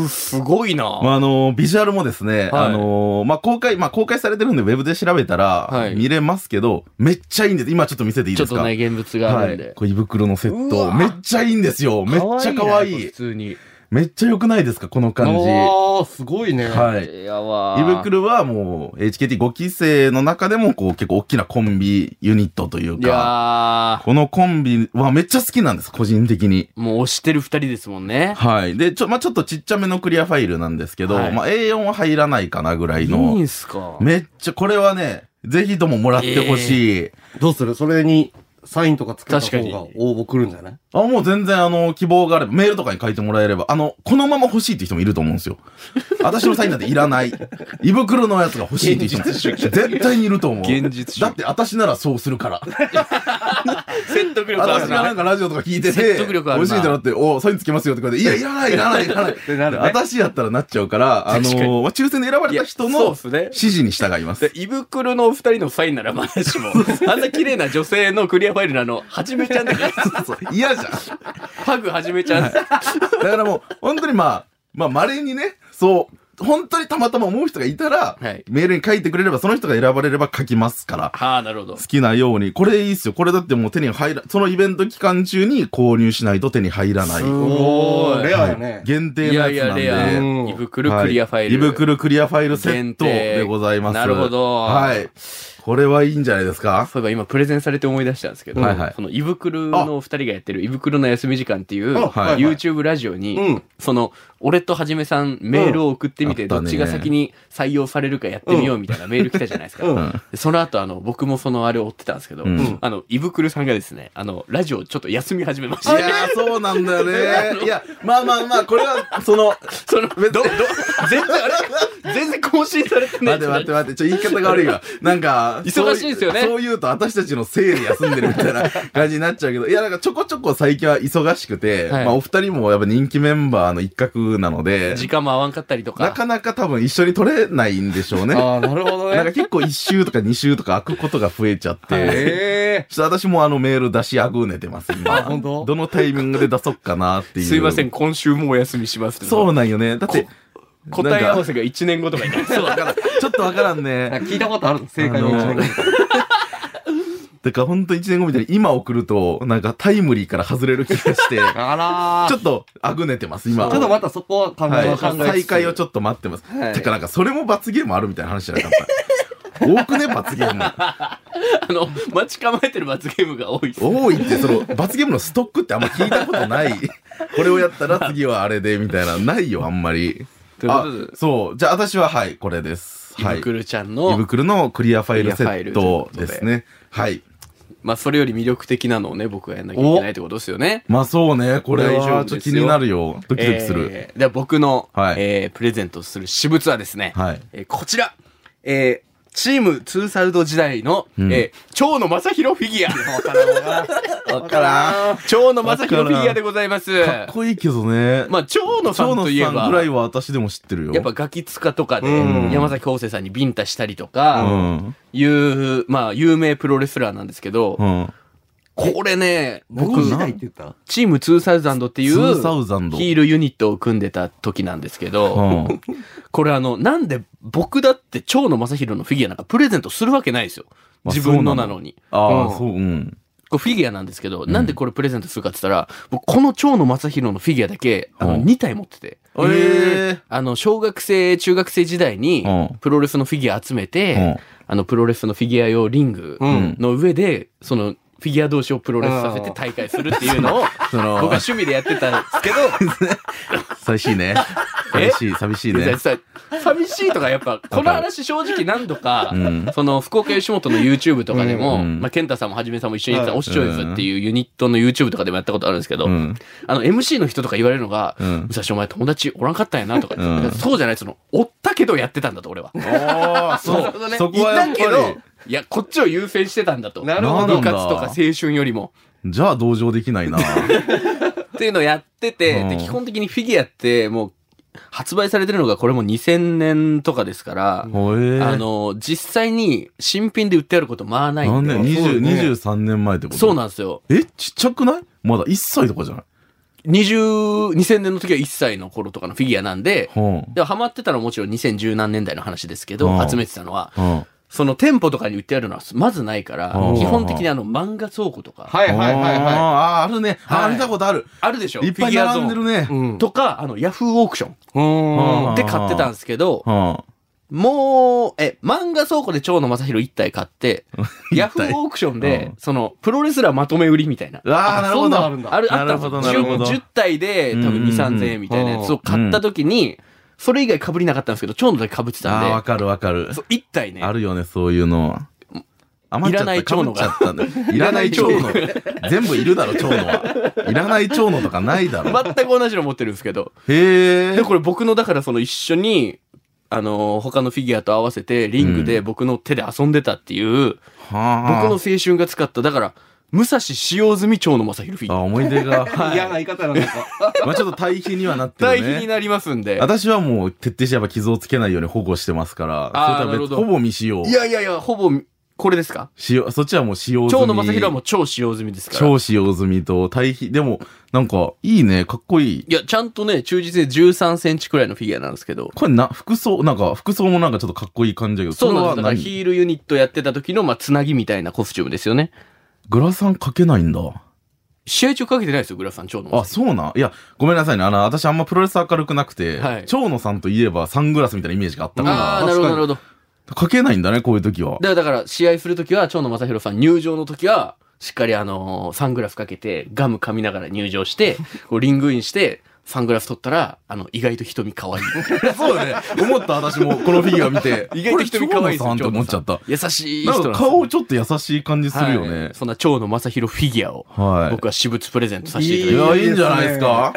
[SPEAKER 3] ーすごいな、
[SPEAKER 2] まあ、あの、ビジュアルもですね、
[SPEAKER 3] はい
[SPEAKER 2] あの、まあ、公開、まあ、公開されてるんで、ウェブで調べた
[SPEAKER 3] は
[SPEAKER 2] ら
[SPEAKER 3] い、
[SPEAKER 2] 見れますけど、めっちゃいいんです。今ちょっと見せていい
[SPEAKER 3] ちょ
[SPEAKER 2] で
[SPEAKER 3] っ
[SPEAKER 2] す
[SPEAKER 3] と
[SPEAKER 2] か
[SPEAKER 3] ね現物があ
[SPEAKER 2] は
[SPEAKER 3] るんで
[SPEAKER 2] い。、これ胃袋のセッ
[SPEAKER 3] う
[SPEAKER 2] ト。
[SPEAKER 3] わ
[SPEAKER 2] めっちゃいいんですよ。めっちゃ可愛い
[SPEAKER 3] 普通に
[SPEAKER 2] めっちゃ良くないですかこの感じ。
[SPEAKER 1] ああ、すごいね。
[SPEAKER 2] はい。
[SPEAKER 3] いやわ
[SPEAKER 2] イブクルはもう HKT5 期生の中でもこう結構大きなコンビユニットという
[SPEAKER 3] い
[SPEAKER 2] か、
[SPEAKER 3] や
[SPEAKER 2] このコンビはめっちゃ好きなんです、個人的に。
[SPEAKER 3] ーもう推してる二人ですもんね
[SPEAKER 2] はい。で、ちょ、まあ、ちょっとちっちゃめのクリアファイルなんですけど、
[SPEAKER 3] はい
[SPEAKER 2] まあ、A4 は入らないかなぐらい
[SPEAKER 3] い
[SPEAKER 2] の
[SPEAKER 3] い、んすか
[SPEAKER 2] めっちゃ、これはね、ぜひとももらってほしい。
[SPEAKER 1] どうするそれにサインとかつけた
[SPEAKER 3] 確か
[SPEAKER 1] 方
[SPEAKER 3] に
[SPEAKER 1] が応募来るんじゃない
[SPEAKER 2] あ、もう全然あの、希望があれば、メールとかに書いてもらえれば、あの、このまま欲しいって人もいると思う んですよ。私のサインなんていらない。胃袋のやつが欲しいって人も
[SPEAKER 3] 現実主義
[SPEAKER 2] 絶対にいると思う。
[SPEAKER 3] 現実主義
[SPEAKER 2] だって私ならそうするから。
[SPEAKER 3] 説得力あ
[SPEAKER 2] 私
[SPEAKER 3] る
[SPEAKER 2] がな
[SPEAKER 3] なん
[SPEAKER 2] かラジオとか聞いてて、
[SPEAKER 3] 説得力あるな
[SPEAKER 2] 欲しいってなって、おサインつけますよって書いて、いや、いらない、いらない、いらない。
[SPEAKER 1] てなるね
[SPEAKER 2] 私やったらなっちゃうから、あの
[SPEAKER 3] 確かに
[SPEAKER 2] まあ、抽選で選ばれた人
[SPEAKER 3] いやそう
[SPEAKER 2] の
[SPEAKER 3] っすね
[SPEAKER 2] 指示に従います。
[SPEAKER 3] で胃袋のお二人のサインならまだしもあんな綺麗な女性のクリアファイルのあのはじめちゃんだ から
[SPEAKER 2] そう嫌じゃん。
[SPEAKER 3] ハグはじめちゃん、
[SPEAKER 2] だからもう、本当にまあ、まあ、稀にね、そう、本当にたまたま思う人がいたら、
[SPEAKER 3] はい
[SPEAKER 2] メールに書いてくれれば、その人が選ばれれば書きますから。
[SPEAKER 3] はあなるほど
[SPEAKER 2] 好きなように。これいいっすよ。これだってもう手に入ら、そのイベント期間中に購入しないと手に入らない。
[SPEAKER 3] すごい
[SPEAKER 1] レアよね。
[SPEAKER 2] 限定
[SPEAKER 3] い
[SPEAKER 2] のや
[SPEAKER 3] やいや
[SPEAKER 2] つなんで。
[SPEAKER 3] レア
[SPEAKER 1] うん
[SPEAKER 3] 胃袋クリアファイル、
[SPEAKER 2] はい胃袋クリアファイルセット
[SPEAKER 3] 限定
[SPEAKER 2] でございます。
[SPEAKER 3] なるほど
[SPEAKER 2] はい。これはいいんじゃないですか
[SPEAKER 3] そういえば今プレゼンされて思い出したんですけど、
[SPEAKER 2] はいはい
[SPEAKER 3] その胃袋のお二人がやってる胃袋の休み時間っていう
[SPEAKER 1] あはいはい
[SPEAKER 3] YouTube ラジオに、
[SPEAKER 1] うん
[SPEAKER 3] その俺とはじめさんメールを送ってみて、
[SPEAKER 2] うん
[SPEAKER 3] どっちが先に採用されるかやってみようみたいなメール来たじゃないですか。
[SPEAKER 1] うん
[SPEAKER 2] ん
[SPEAKER 3] でその後あの僕もそのあれを追ってたんですけど、
[SPEAKER 2] うん
[SPEAKER 3] あの胃袋さんがですねあのラジオちょっと休み始めまし
[SPEAKER 2] いや
[SPEAKER 3] た。
[SPEAKER 2] ー、そうなんだよ ね。いや、まあまあまあ、これは、その、
[SPEAKER 3] そのどど全然あれ全然更新されてない
[SPEAKER 2] 待って待って待って、ちょ、言い方が悪 いわ。なんか、
[SPEAKER 3] 忙しいですよね
[SPEAKER 2] そう そう言うと私たちのせいで休んでるみたいな感じになっちゃうけど、いや、なんかちょこちょこ最近は忙しくて、
[SPEAKER 3] はい
[SPEAKER 2] まあお二人もやっぱ人気メンバーの一角なので、
[SPEAKER 3] 時間も合わんかったりとか
[SPEAKER 2] なかなか多分一緒に撮れないんで しょうね。
[SPEAKER 1] ああ、なるほど
[SPEAKER 2] なんか
[SPEAKER 1] ね。
[SPEAKER 2] 結構一週とか二週とか開くことが増えちゃって、
[SPEAKER 1] ええ。
[SPEAKER 2] ちょっと私もあのメール出しあぐねてます、
[SPEAKER 1] あ、
[SPEAKER 2] 今。
[SPEAKER 1] 本当
[SPEAKER 2] どのタイミングで出そっかなっていう。
[SPEAKER 3] すいません。今週もお休みしますけど
[SPEAKER 2] そうなんよね。だって、
[SPEAKER 3] 答え合わせが1年後とかになる
[SPEAKER 2] そうわからん。ちょっとわからん
[SPEAKER 1] な
[SPEAKER 2] ね。
[SPEAKER 1] んか聞いたことある正解の一年
[SPEAKER 2] だからほんと1年後みたいに今送ると、なんかタイムリーから外れる気がして、
[SPEAKER 1] あらー
[SPEAKER 2] ちょっとあぐねてます、今。
[SPEAKER 1] ちょっとまたそこは考え、
[SPEAKER 2] はい、
[SPEAKER 1] 考えつつ
[SPEAKER 2] 再開をちょっと待ってます。
[SPEAKER 1] はい
[SPEAKER 2] てかなんかそれも罰ゲームあるみたいな話じゃなかった。多くね、罰ゲーム。
[SPEAKER 3] あの、待ち構えてる罰ゲームが多いです。
[SPEAKER 2] 多いって、その、罰ゲームのストックってあんま聞いたことないこれをやったら次はあれで、みたいな、ないよ、あんまり。
[SPEAKER 3] ということで
[SPEAKER 2] あそう。じゃあ、私は、はい、これです。
[SPEAKER 3] イ
[SPEAKER 2] はい。
[SPEAKER 3] ブクルちゃん
[SPEAKER 2] 胃
[SPEAKER 3] の、
[SPEAKER 2] 袋のクリアファイル
[SPEAKER 3] ク
[SPEAKER 2] セット
[SPEAKER 3] リアファイルということで
[SPEAKER 2] ですね。はい。
[SPEAKER 3] まあ、それより魅力的なのをね、僕がやんなきゃいけないってことですよね。
[SPEAKER 2] まあそうね、これ
[SPEAKER 3] 大丈
[SPEAKER 2] は
[SPEAKER 3] 夫
[SPEAKER 2] ちょっと
[SPEAKER 3] です
[SPEAKER 2] 気
[SPEAKER 3] よ
[SPEAKER 2] になるよ。ドキドキする。
[SPEAKER 3] えーでは僕の、
[SPEAKER 2] はい
[SPEAKER 3] えープレゼントする私物はですね、
[SPEAKER 2] はい
[SPEAKER 3] えーこちら、えーチームツーサルド時代の、
[SPEAKER 2] ん
[SPEAKER 3] えー蝶野正宏フィギュア。
[SPEAKER 2] わからん。
[SPEAKER 3] 蝶野正宏フィギュアでございます。
[SPEAKER 2] かっこいいけどね。
[SPEAKER 3] まあ、蝶野さんといえ
[SPEAKER 2] 蝶野さ
[SPEAKER 3] ば
[SPEAKER 2] んぐ、らいは私でも知ってるよ。
[SPEAKER 3] やっぱガキ使とかで
[SPEAKER 1] うん
[SPEAKER 3] 山崎康生さんにビンタしたりと
[SPEAKER 2] う
[SPEAKER 3] か、
[SPEAKER 2] ん。
[SPEAKER 3] いう、まあ、有名プロレスラーなんですけど
[SPEAKER 2] う、ん。
[SPEAKER 3] これね、僕
[SPEAKER 1] 何、時代って言った
[SPEAKER 3] チーム2000っていう
[SPEAKER 2] 2000
[SPEAKER 3] ヒールユニットを組んでた時なんですけど、
[SPEAKER 2] うん。
[SPEAKER 3] これあの、なんで僕だって蝶野正宏のフィギュアなんかプレゼントするわけないですよ。
[SPEAKER 2] まあ
[SPEAKER 3] 自分のなのに。
[SPEAKER 2] あ
[SPEAKER 3] うん
[SPEAKER 2] あ、そう、うん。
[SPEAKER 3] これフィギュアなんですけど、なんでこれプレゼントするかって言ったら、僕この蝶野正宏のフィギュアだけ、あの、
[SPEAKER 2] うん
[SPEAKER 3] 2体持ってて。
[SPEAKER 2] えー
[SPEAKER 3] あの、小学生、中学生時代に
[SPEAKER 2] うん、
[SPEAKER 3] プロレスのフィギュア集め
[SPEAKER 2] う
[SPEAKER 3] て
[SPEAKER 2] ん、
[SPEAKER 3] あの、プロレスのフィギュア用リング
[SPEAKER 1] うん
[SPEAKER 3] の上で、その、フィギュア同士をプロレスさせて大会するっていうのを、
[SPEAKER 2] その
[SPEAKER 3] 僕は趣味でやってたんですけ ど、
[SPEAKER 2] 寂しいね。
[SPEAKER 3] え
[SPEAKER 2] 寂しい、寂しいね。
[SPEAKER 3] さ寂しいとかやっぱ、この話正直何度か
[SPEAKER 2] うん、
[SPEAKER 3] その、福岡吉本の YouTube とかでも、
[SPEAKER 2] うん
[SPEAKER 3] まあ、健太さんもはじめさんも一緒にやってた、
[SPEAKER 1] うん
[SPEAKER 3] オシチョイズっていうユニットの YouTube とかでもやったことあるんですけど
[SPEAKER 2] う、ん。
[SPEAKER 3] あの、MC の人とか言われるのが、
[SPEAKER 2] う
[SPEAKER 3] 武
[SPEAKER 2] ん。
[SPEAKER 3] 蔵お前友達おらんかったんやなとか言って、
[SPEAKER 2] うん
[SPEAKER 3] そうじゃない、その、おったけどやってたんだと、俺は。
[SPEAKER 2] ああ、そ
[SPEAKER 3] なるほど
[SPEAKER 2] う。
[SPEAKER 3] ね
[SPEAKER 2] そこはやっぱ
[SPEAKER 3] いたけど
[SPEAKER 2] り、、
[SPEAKER 3] いや、こっちを優先してたんだと。
[SPEAKER 1] な
[SPEAKER 2] るほど
[SPEAKER 3] 部活とか青春よりも。
[SPEAKER 2] じゃあ同情で きないな。
[SPEAKER 3] っていうのをやってて、
[SPEAKER 2] うん
[SPEAKER 3] で、基本的にフィギュアって、もう、発売されてるのがこれも2000年とかですから、
[SPEAKER 2] ほえー
[SPEAKER 3] あ、の、実際に新品で売ってあることまあない
[SPEAKER 2] 何
[SPEAKER 3] んで。
[SPEAKER 2] 年
[SPEAKER 1] そう
[SPEAKER 2] ?20、
[SPEAKER 1] ね
[SPEAKER 2] 23年前ってこと
[SPEAKER 3] そうなんですよ。
[SPEAKER 2] えちっちゃくないまだ1歳とかじゃない
[SPEAKER 3] 20、2000年の時は1歳の頃とかのフィギュアなんで、
[SPEAKER 2] ほ
[SPEAKER 3] でハマってたのはもちろん2010何年代の話ですけ
[SPEAKER 2] う
[SPEAKER 3] ど、
[SPEAKER 2] ん
[SPEAKER 3] 集めてたのは、
[SPEAKER 2] う。うん。
[SPEAKER 3] その店舗とかに売ってあるのはまずないから
[SPEAKER 2] うん、
[SPEAKER 3] 基本的にあの漫画倉庫とか、
[SPEAKER 1] はいはいはい
[SPEAKER 2] あ
[SPEAKER 1] は
[SPEAKER 2] ーあー、あるね。あ
[SPEAKER 3] は
[SPEAKER 2] ー
[SPEAKER 3] い
[SPEAKER 2] あ見たことある。
[SPEAKER 3] あるでしょ
[SPEAKER 2] いっぱい並んでるね
[SPEAKER 1] い。。うん。
[SPEAKER 3] とか、あの、ヤフーオークション
[SPEAKER 1] うーん。
[SPEAKER 2] うん
[SPEAKER 3] で買ってたんですけど、
[SPEAKER 2] うん。
[SPEAKER 3] もう、え、漫画倉庫で蝶野正宏1体買 って、ヤフーオークションで
[SPEAKER 2] う、ん
[SPEAKER 3] その、プロレスラーまとめ売りみたいな。
[SPEAKER 2] ああ、なるほ
[SPEAKER 1] そんな
[SPEAKER 2] ど。
[SPEAKER 1] のあるんだ。
[SPEAKER 3] ある、あったんです
[SPEAKER 2] なるほどなるほど
[SPEAKER 3] 10 10体で、多分2、
[SPEAKER 2] うんうん
[SPEAKER 3] 3000
[SPEAKER 2] うん
[SPEAKER 3] 円みたいなやつを買った時に、それ以外被りなかったんですけど、蝶野だけ被って
[SPEAKER 2] ああー、
[SPEAKER 3] たん
[SPEAKER 2] わかるわかる
[SPEAKER 3] で、。そう1体ね
[SPEAKER 2] あ、るよね、そういうの。余っちゃった
[SPEAKER 3] いらない蝶野が
[SPEAKER 2] 被っちゃったんだいらない蝶野。 全部いるだろ、蝶野は。いらない蝶野とかないだ ろ。
[SPEAKER 3] 全く同じの持ってるんですけ ど。
[SPEAKER 2] へえ
[SPEAKER 3] で、。これ僕の、だからその一緒に、あのー、他のフィギュアと合わせて、リングで僕の手で遊んでたっていう、僕の
[SPEAKER 2] は
[SPEAKER 3] 青春が使った、だから、武蔵使用済み蝶野正宏フィギ
[SPEAKER 2] あ。
[SPEAKER 3] ュ
[SPEAKER 2] あ、
[SPEAKER 3] ア。
[SPEAKER 2] 思い 出が。
[SPEAKER 3] はい
[SPEAKER 1] 嫌な言い方なんですか。
[SPEAKER 2] まあちょっと対比にはなって
[SPEAKER 3] 対
[SPEAKER 2] る
[SPEAKER 3] 比に
[SPEAKER 2] ね。
[SPEAKER 3] なりますんで。
[SPEAKER 2] 私はもう徹底してやっぱ傷をつけないように保護してますから、
[SPEAKER 3] あー
[SPEAKER 2] それとは
[SPEAKER 3] なるほ
[SPEAKER 2] 別
[SPEAKER 3] ど
[SPEAKER 2] ほぼ未使用
[SPEAKER 3] い。やいやいや、ほぼ、これですか
[SPEAKER 2] 使用、そっちはもう使用済み。
[SPEAKER 3] 蝶野正宏はもう超使用済みですから。
[SPEAKER 2] 超使用済みと対比、でも、なんか、いいね、かっこいい。
[SPEAKER 3] いや、ちゃんとね、忠実に13センチくらいのフィギュアなんですけど。
[SPEAKER 2] これな、服装、なんか、服装もなんかちょっとかっこいい感じだけど、
[SPEAKER 3] そうなんです。
[SPEAKER 2] れ
[SPEAKER 3] だから
[SPEAKER 2] は
[SPEAKER 3] ヒールユニットやってた時の、まあ、つなぎみたいなコスチュームですよね。
[SPEAKER 2] グラサンかけないんだ。
[SPEAKER 3] 試合中かけてないですよ、グラフさん、蝶野正
[SPEAKER 2] あ、
[SPEAKER 3] 宏。
[SPEAKER 2] そうなんいや、ごめんなさいね。あの、私あんまプロレス明るくなくて、
[SPEAKER 3] はい
[SPEAKER 2] 蝶野さんといえばサングラスみたいなイメージがあったから、
[SPEAKER 3] ああー、なるほど、なるほど。だか
[SPEAKER 2] かけないんだね、こういう時は。
[SPEAKER 3] ら、だから試合する時は、蝶野正宏さん入場の時は、しっかりあのーサングラスかけて、ガム噛みながら入場して、こう、リングインして、サングラス取ったら、あの、意外と瞳可愛い。。
[SPEAKER 2] そうだね。思った私も、このフィギュア見て
[SPEAKER 3] 意外と瞳可愛いです
[SPEAKER 2] これ蝶野さん
[SPEAKER 3] よ
[SPEAKER 2] って思っちゃった。
[SPEAKER 3] 優しい人
[SPEAKER 2] な
[SPEAKER 3] なん
[SPEAKER 2] ん
[SPEAKER 3] です
[SPEAKER 2] か
[SPEAKER 3] よ
[SPEAKER 2] 顔ちょっと優しい感じするよ
[SPEAKER 3] は
[SPEAKER 2] ね
[SPEAKER 3] い。そんな蝶野正宏フィギュアを、
[SPEAKER 2] はい。
[SPEAKER 3] 僕は私物プレゼントさせていただき
[SPEAKER 2] い
[SPEAKER 3] ま
[SPEAKER 2] や、
[SPEAKER 1] いい
[SPEAKER 2] いいんじゃないですか。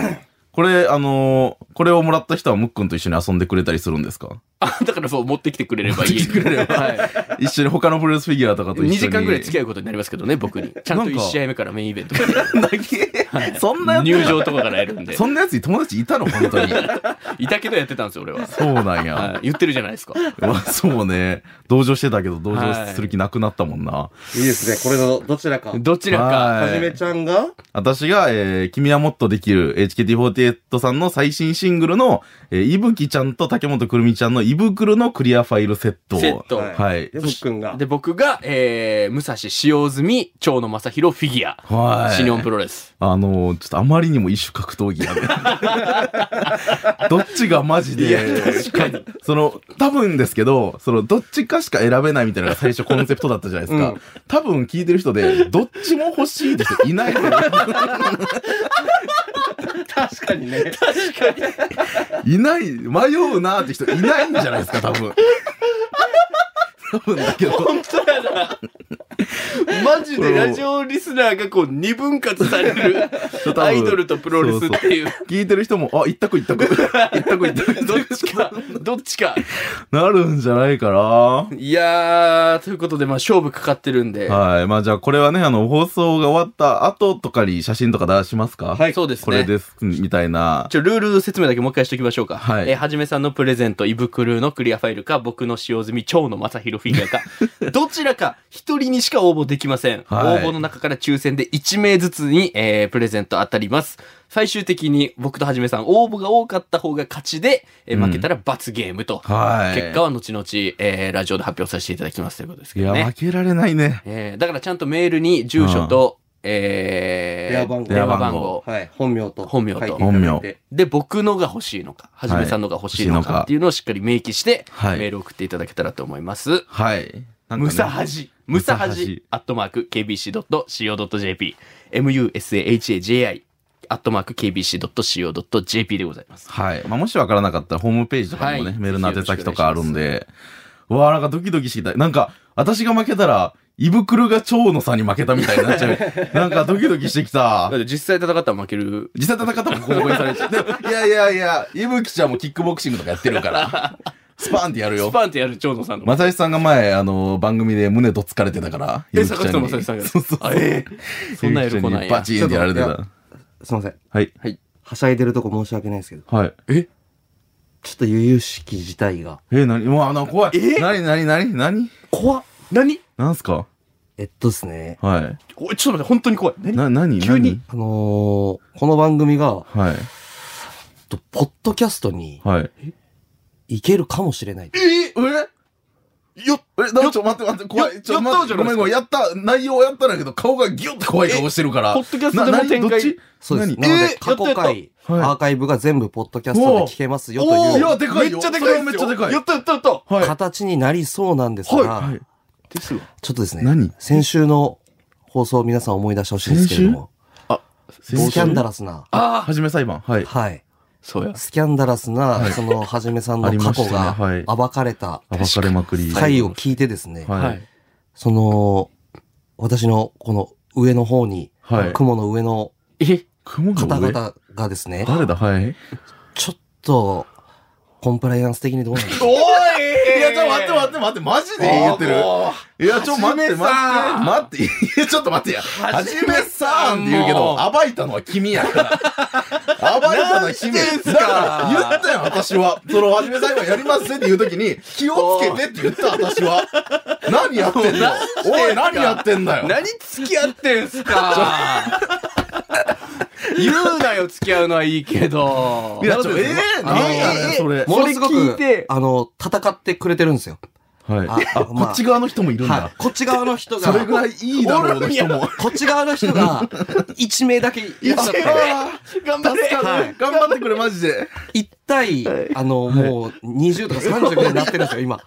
[SPEAKER 2] これ、あのーこれをもらった人はムックンと一緒に遊んでくれたりするんですか
[SPEAKER 3] す。あだからそう、持ってきてくれればいい。持ってくれれば。はい。
[SPEAKER 2] 一緒に他のプロレスフィギュアとかと一緒に。
[SPEAKER 3] 2時間ぐらい付き合うことになりますけどね、僕に。ちゃんと1試合目からメインイベントまで
[SPEAKER 2] 合うんだけ、そんなやつ、
[SPEAKER 3] 入場とかからやるんで。
[SPEAKER 2] そんなやつに友達いたの 本当に。
[SPEAKER 3] いたけどやってたんですよ、俺は。
[SPEAKER 2] そうなんや。
[SPEAKER 3] はい言ってるじゃないですか。
[SPEAKER 2] うわそうね。同情してたけど、同情する気なくなったもんな。
[SPEAKER 1] いいですね。これのどちらか。
[SPEAKER 3] どちら
[SPEAKER 2] は
[SPEAKER 3] か。
[SPEAKER 1] はじめちゃんが
[SPEAKER 2] 私が、えー、君はもっとできる HKT48 さんの最新シングルの、えー、いぶきちゃんと竹本くるみちゃんの胃袋のクリアファイルセットを。
[SPEAKER 3] セット。
[SPEAKER 1] はい
[SPEAKER 2] はい
[SPEAKER 1] で、。ふっくんが。
[SPEAKER 3] で、僕が、えー、武蔵使用済み、蝶野正宏フィギュア。
[SPEAKER 2] はい。
[SPEAKER 3] 新日本プロレス。
[SPEAKER 2] あのーちょっとあまりにも異種格闘技や ね。どっちがマジで。
[SPEAKER 3] か に。
[SPEAKER 2] その、多分ですけど、その、どっちかしか選べないみたいなのが最初コンセプトだったじゃないですか。
[SPEAKER 1] うん
[SPEAKER 2] 多分 聞いてる人で、どっちも欲しいって人いないと思う
[SPEAKER 1] 確かにね。
[SPEAKER 2] いない、迷うなーって人いないんじゃないですか、多分。多分だけど。
[SPEAKER 3] そうやな。マジでラジオリスナーがこう二分割される
[SPEAKER 2] そう多分
[SPEAKER 3] アイドルとプロレスっていう。
[SPEAKER 2] 聞いてる人も、あ、一択一択。一択一択。
[SPEAKER 3] どっちか、どっちか。
[SPEAKER 2] なるんじゃないかな。
[SPEAKER 3] いやー、ということで、まあ、勝負かかってるんで。
[SPEAKER 2] はい。まあじゃあこれはね、あの、放送が終わった後とかに写真とか出しますか
[SPEAKER 1] はい
[SPEAKER 3] そうですね。
[SPEAKER 2] これです、みたいな。
[SPEAKER 3] ちょ、ルール説明だけもう一回しときましょうか。
[SPEAKER 2] はい
[SPEAKER 3] えーはじめさんのプレゼント、胃袋のクリアファイルか、僕の使用済み、蝶の正弘フィギュア か、どちらか一人にしか応募できません。
[SPEAKER 2] はい
[SPEAKER 3] 応募の中から抽選で1名ずつに、えープレゼント当たります。最終的に僕とはじめさん、応募が多かった方が勝ちで、えー
[SPEAKER 2] うん
[SPEAKER 3] 負けたら罰ゲームと。
[SPEAKER 2] はい。
[SPEAKER 3] 結果は後々、えーラジオで発表させていただきますということです
[SPEAKER 2] い
[SPEAKER 3] けど
[SPEAKER 2] や、
[SPEAKER 3] ね。
[SPEAKER 2] 負けられないね。
[SPEAKER 3] えーだからちゃんとメールに住所と、えー
[SPEAKER 1] 電話番号
[SPEAKER 3] 電話
[SPEAKER 2] 電話
[SPEAKER 3] 番
[SPEAKER 2] 番
[SPEAKER 3] 号
[SPEAKER 2] 号。
[SPEAKER 1] はい。本名と。
[SPEAKER 3] 本名と
[SPEAKER 1] 書いていただいて
[SPEAKER 2] 本名
[SPEAKER 3] で、僕のが欲しいのか、はじめさんのが欲しいの
[SPEAKER 2] はい
[SPEAKER 3] かっていうのをしっかり明記して、
[SPEAKER 2] はい
[SPEAKER 3] メール送っていただけたらと思います。
[SPEAKER 2] はい。なんかね
[SPEAKER 3] ムサハジ、ムサハ
[SPEAKER 2] ムサハ
[SPEAKER 3] ジ
[SPEAKER 2] ジ、
[SPEAKER 3] アットマーク、kbc.co.jp、musahaji、アットマーク、kbc.co.jp でございます。
[SPEAKER 2] はい。まあ、もしわからなかったら、ホームページとかにもね、
[SPEAKER 3] はい
[SPEAKER 2] メールの宛先とかあるんで。うわあ、なんかドキドキしてきた。なんか、私が負けたら、胃袋が蝶野さんに負けたみたいになっち ゃう。なんかドキドキしてき
[SPEAKER 3] だ
[SPEAKER 2] た
[SPEAKER 3] っ。て実際戦ったら負ける。
[SPEAKER 2] 実際戦ったらボコボコにされちゃう。でもいやいやいや、いぶきちゃんもキックボクシングとかやってるから、スパンってやる
[SPEAKER 3] ス
[SPEAKER 2] よ。
[SPEAKER 3] パンってやる長野さんの。
[SPEAKER 2] まさしさんが前、あの、番組で胸どつかれてたから、
[SPEAKER 3] え、
[SPEAKER 2] 伊吹
[SPEAKER 3] 坂下正義さんが。 そうそうえーそんな喜
[SPEAKER 2] ちゃ
[SPEAKER 3] ば
[SPEAKER 2] ん
[SPEAKER 3] な
[SPEAKER 2] に
[SPEAKER 3] い
[SPEAKER 2] バ
[SPEAKER 3] や。
[SPEAKER 2] チーンってやられて
[SPEAKER 1] ちょっと
[SPEAKER 2] た。
[SPEAKER 1] すいません。
[SPEAKER 2] はい。
[SPEAKER 1] はしゃいでるとこ申し訳ないですけど、
[SPEAKER 2] はい。
[SPEAKER 3] え
[SPEAKER 1] ちょっと悠々しき事態が。
[SPEAKER 2] え、なにもう、あの、怖い。
[SPEAKER 3] え
[SPEAKER 2] なになになになに
[SPEAKER 3] 怖っ。何
[SPEAKER 2] なんすか
[SPEAKER 1] えっとですね。
[SPEAKER 2] は
[SPEAKER 3] おいちょっと待って、本当に怖い。
[SPEAKER 2] い。
[SPEAKER 3] 何
[SPEAKER 2] な、なに
[SPEAKER 3] 急に。
[SPEAKER 1] あのー、この番組が、
[SPEAKER 2] 何はい。
[SPEAKER 1] ちょっとポッドキャストに
[SPEAKER 2] はい。
[SPEAKER 1] 行けるかもしれない。
[SPEAKER 2] ええよっ、え、なちょ、待って待って、怖
[SPEAKER 3] よ
[SPEAKER 2] い。ちょ、
[SPEAKER 3] やった
[SPEAKER 2] 待っ
[SPEAKER 3] じ
[SPEAKER 2] て、
[SPEAKER 3] ゃないですか
[SPEAKER 2] ごめんごめん、やった、内容やったんだけど、顔がギュッて怖い顔してるから。
[SPEAKER 3] えポッドキャストでも
[SPEAKER 2] ななに
[SPEAKER 3] 展開
[SPEAKER 2] どっち
[SPEAKER 1] そうです。
[SPEAKER 2] 何
[SPEAKER 1] なの
[SPEAKER 3] え
[SPEAKER 1] で、
[SPEAKER 3] ー
[SPEAKER 1] 過去
[SPEAKER 3] やった
[SPEAKER 1] 回、
[SPEAKER 2] た
[SPEAKER 1] ア
[SPEAKER 2] はい
[SPEAKER 1] ーカイブが全部ポッドキャストで聞けますよと
[SPEAKER 2] おーい
[SPEAKER 1] いう
[SPEAKER 2] や、でかい
[SPEAKER 3] め
[SPEAKER 2] よ。
[SPEAKER 3] っちゃで
[SPEAKER 2] そ
[SPEAKER 3] か
[SPEAKER 2] れ
[SPEAKER 3] い
[SPEAKER 2] はめっちゃでかい。
[SPEAKER 3] やったやったやった
[SPEAKER 2] はい。
[SPEAKER 1] 形になりそうなんですが
[SPEAKER 2] はい、
[SPEAKER 3] ですわ。
[SPEAKER 1] ちょっとですね、
[SPEAKER 2] 何
[SPEAKER 1] 先週の放送を皆さん思い出してほしいんですけれども、スキャンダ
[SPEAKER 2] ラ。
[SPEAKER 1] ラスな、
[SPEAKER 3] ああ
[SPEAKER 2] はじめ裁判。はい。
[SPEAKER 1] はい。
[SPEAKER 3] そうや。
[SPEAKER 1] スキャンダラスな、その、はじめさんの
[SPEAKER 2] あり
[SPEAKER 1] 過去が
[SPEAKER 2] ましたねは
[SPEAKER 1] 暴かれた
[SPEAKER 2] 暴かれまくり。
[SPEAKER 1] 回を聞いてですね、
[SPEAKER 2] はい。
[SPEAKER 1] その、私のこの上の方に、
[SPEAKER 2] はい
[SPEAKER 1] 雲の上の
[SPEAKER 3] え
[SPEAKER 2] 雲
[SPEAKER 1] 方
[SPEAKER 2] の上。
[SPEAKER 1] 々がですね、
[SPEAKER 2] 誰だはい。
[SPEAKER 1] ちょっと、コンプライアンス的にどうなんですか
[SPEAKER 3] おい
[SPEAKER 2] いや、ちょ、待って待って待って、マジで言ってる。いや、ちょ、待って、待って、待って、いや、ちょっと待ってや。は
[SPEAKER 3] じ
[SPEAKER 2] じ
[SPEAKER 3] め
[SPEAKER 2] め
[SPEAKER 3] さ
[SPEAKER 2] さ
[SPEAKER 3] ん
[SPEAKER 2] んって言うけど、暴いたのは君やから。暴いたのは君
[SPEAKER 3] なんしてんすか
[SPEAKER 2] だから、言ったよ、私は。その、はじめさんがやりますぜって言うときに、気をつけてって言った、私は。何やってんのおい、何やってんだよ。
[SPEAKER 3] 何付き合ってんす か 言うなよ、付き合うのはいいけど。
[SPEAKER 2] いや、ちょ、ええー、何やねん、それ。
[SPEAKER 3] も
[SPEAKER 1] ものすご
[SPEAKER 3] それ聞い
[SPEAKER 1] く
[SPEAKER 3] て、
[SPEAKER 1] あの、戦ってくれてるんですよ。
[SPEAKER 2] はい。あ、こ
[SPEAKER 1] まあ
[SPEAKER 2] っち側の人もいるんだ
[SPEAKER 1] は。い。こっち側の人
[SPEAKER 2] それ
[SPEAKER 1] が、
[SPEAKER 2] ぐらいいいだろうの人も。
[SPEAKER 1] こっち側の人が、1名だけいらっしゃ
[SPEAKER 2] 一
[SPEAKER 1] って
[SPEAKER 2] 名、
[SPEAKER 3] 頑張れ
[SPEAKER 2] 助かる頑張ってくれ、マジで。
[SPEAKER 1] 1対、あの、もう、20とか30ぐらいになってるんですよ、今。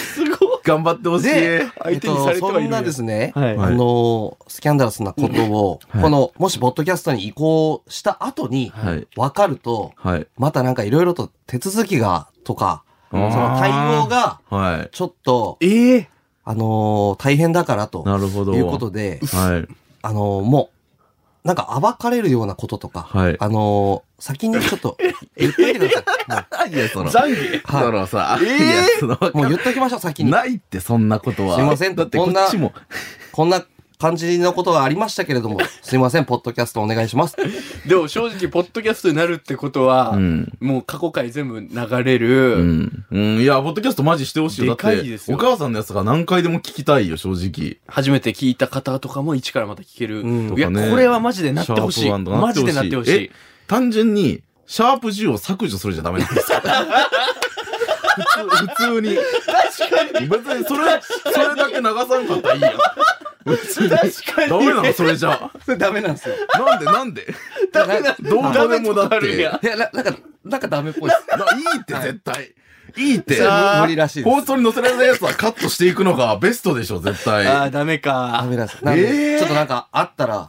[SPEAKER 3] すごい
[SPEAKER 2] 頑張ってほしい。
[SPEAKER 1] で
[SPEAKER 3] 相手にされてはいる
[SPEAKER 1] えっとそんなですね、
[SPEAKER 3] はい
[SPEAKER 1] あの、スキャンダラスなことを、
[SPEAKER 2] はい
[SPEAKER 1] この、もし、ポッドキャストに移行した後に、
[SPEAKER 2] はい。
[SPEAKER 1] 分かると、
[SPEAKER 2] はい。
[SPEAKER 1] またなんかいろいろと手続きが、とか、
[SPEAKER 2] そ
[SPEAKER 1] その対応。が、
[SPEAKER 2] はい。
[SPEAKER 1] ちょっと、
[SPEAKER 3] ええ
[SPEAKER 1] あのー大変だからと、
[SPEAKER 2] なるほど。
[SPEAKER 1] いうことで、
[SPEAKER 2] はい。
[SPEAKER 1] あのーもう、なんか暴かれるようなこととか、
[SPEAKER 2] はい
[SPEAKER 1] あのー先にちょっと言っといてください。もう
[SPEAKER 2] いや、その、
[SPEAKER 3] 残儀
[SPEAKER 1] はい
[SPEAKER 2] そのさ、
[SPEAKER 3] え
[SPEAKER 2] い
[SPEAKER 3] ー
[SPEAKER 2] や、その、
[SPEAKER 1] もう言っときましょう、先に。
[SPEAKER 2] ないって、そんなことは。
[SPEAKER 1] すいません
[SPEAKER 2] だって、
[SPEAKER 1] こ
[SPEAKER 2] こ
[SPEAKER 1] んな
[SPEAKER 2] っちも。
[SPEAKER 1] こんな感じのことがありましたけれども、すいません、ポッドキャストお願いします。
[SPEAKER 3] でも正直、ポッドキャストになるってことは、
[SPEAKER 2] うん。
[SPEAKER 3] もう過去回全部流れ
[SPEAKER 2] う
[SPEAKER 3] る。
[SPEAKER 2] ん。うん。いや、ポッドキャストマジしてほしいよ。
[SPEAKER 3] でかい
[SPEAKER 2] だって
[SPEAKER 3] ですよ
[SPEAKER 2] お母さんのやつが何回でも聞きたいよ、正直。
[SPEAKER 3] 初めて聞いた方とかも一からまた聞ける。
[SPEAKER 1] うん
[SPEAKER 3] いや、
[SPEAKER 2] とかね
[SPEAKER 3] これはマジでなってほし
[SPEAKER 2] シ
[SPEAKER 3] い。
[SPEAKER 2] ャープワンとかな
[SPEAKER 3] マ
[SPEAKER 2] って
[SPEAKER 3] ジ
[SPEAKER 2] ほしい
[SPEAKER 3] でなってほしい
[SPEAKER 2] え。単純に、シャープ10を削除するじゃダメなんですか普通、普通に。
[SPEAKER 3] 確かに
[SPEAKER 2] 別に、それ、それだけ流さんかったらいいよ。別 に。
[SPEAKER 3] 確かに
[SPEAKER 2] ダメなの、それじゃあ。
[SPEAKER 1] ダメなんですよ。
[SPEAKER 2] なんで、なんで
[SPEAKER 3] ダメな
[SPEAKER 2] どうでもだ
[SPEAKER 3] ダメと
[SPEAKER 2] っ
[SPEAKER 3] かある
[SPEAKER 2] て。
[SPEAKER 3] やん
[SPEAKER 1] いや、ななんか、なんかダメっぽいです。
[SPEAKER 2] ないいって絶対。いいって。
[SPEAKER 1] 無理らしいです
[SPEAKER 2] 放送に載せられないやつはカットしていくのがベストでしょ、絶
[SPEAKER 3] あ
[SPEAKER 2] 対。
[SPEAKER 3] あ、ダメ
[SPEAKER 1] ダ
[SPEAKER 3] か。
[SPEAKER 1] メなんです。なんで
[SPEAKER 2] えー
[SPEAKER 1] ちょっとなんかあったら、